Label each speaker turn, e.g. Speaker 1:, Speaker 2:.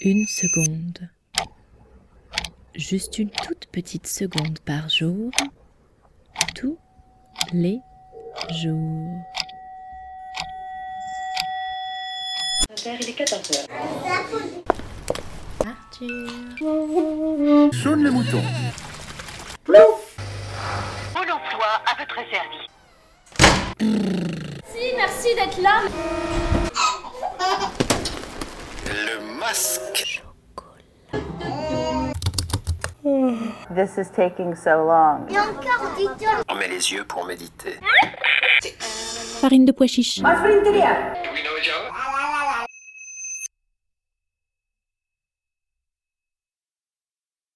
Speaker 1: Une seconde. Juste une toute petite seconde par jour. Tous les jours.
Speaker 2: il est 14h.
Speaker 1: Arthur.
Speaker 3: Saune le mouton.
Speaker 2: Pôle emploi à votre service.
Speaker 4: Merci d'être là.
Speaker 3: Le masque.
Speaker 5: This is taking so long.
Speaker 3: On met les yeux pour méditer.
Speaker 1: Farine de pois chiche.
Speaker 3: Domino Java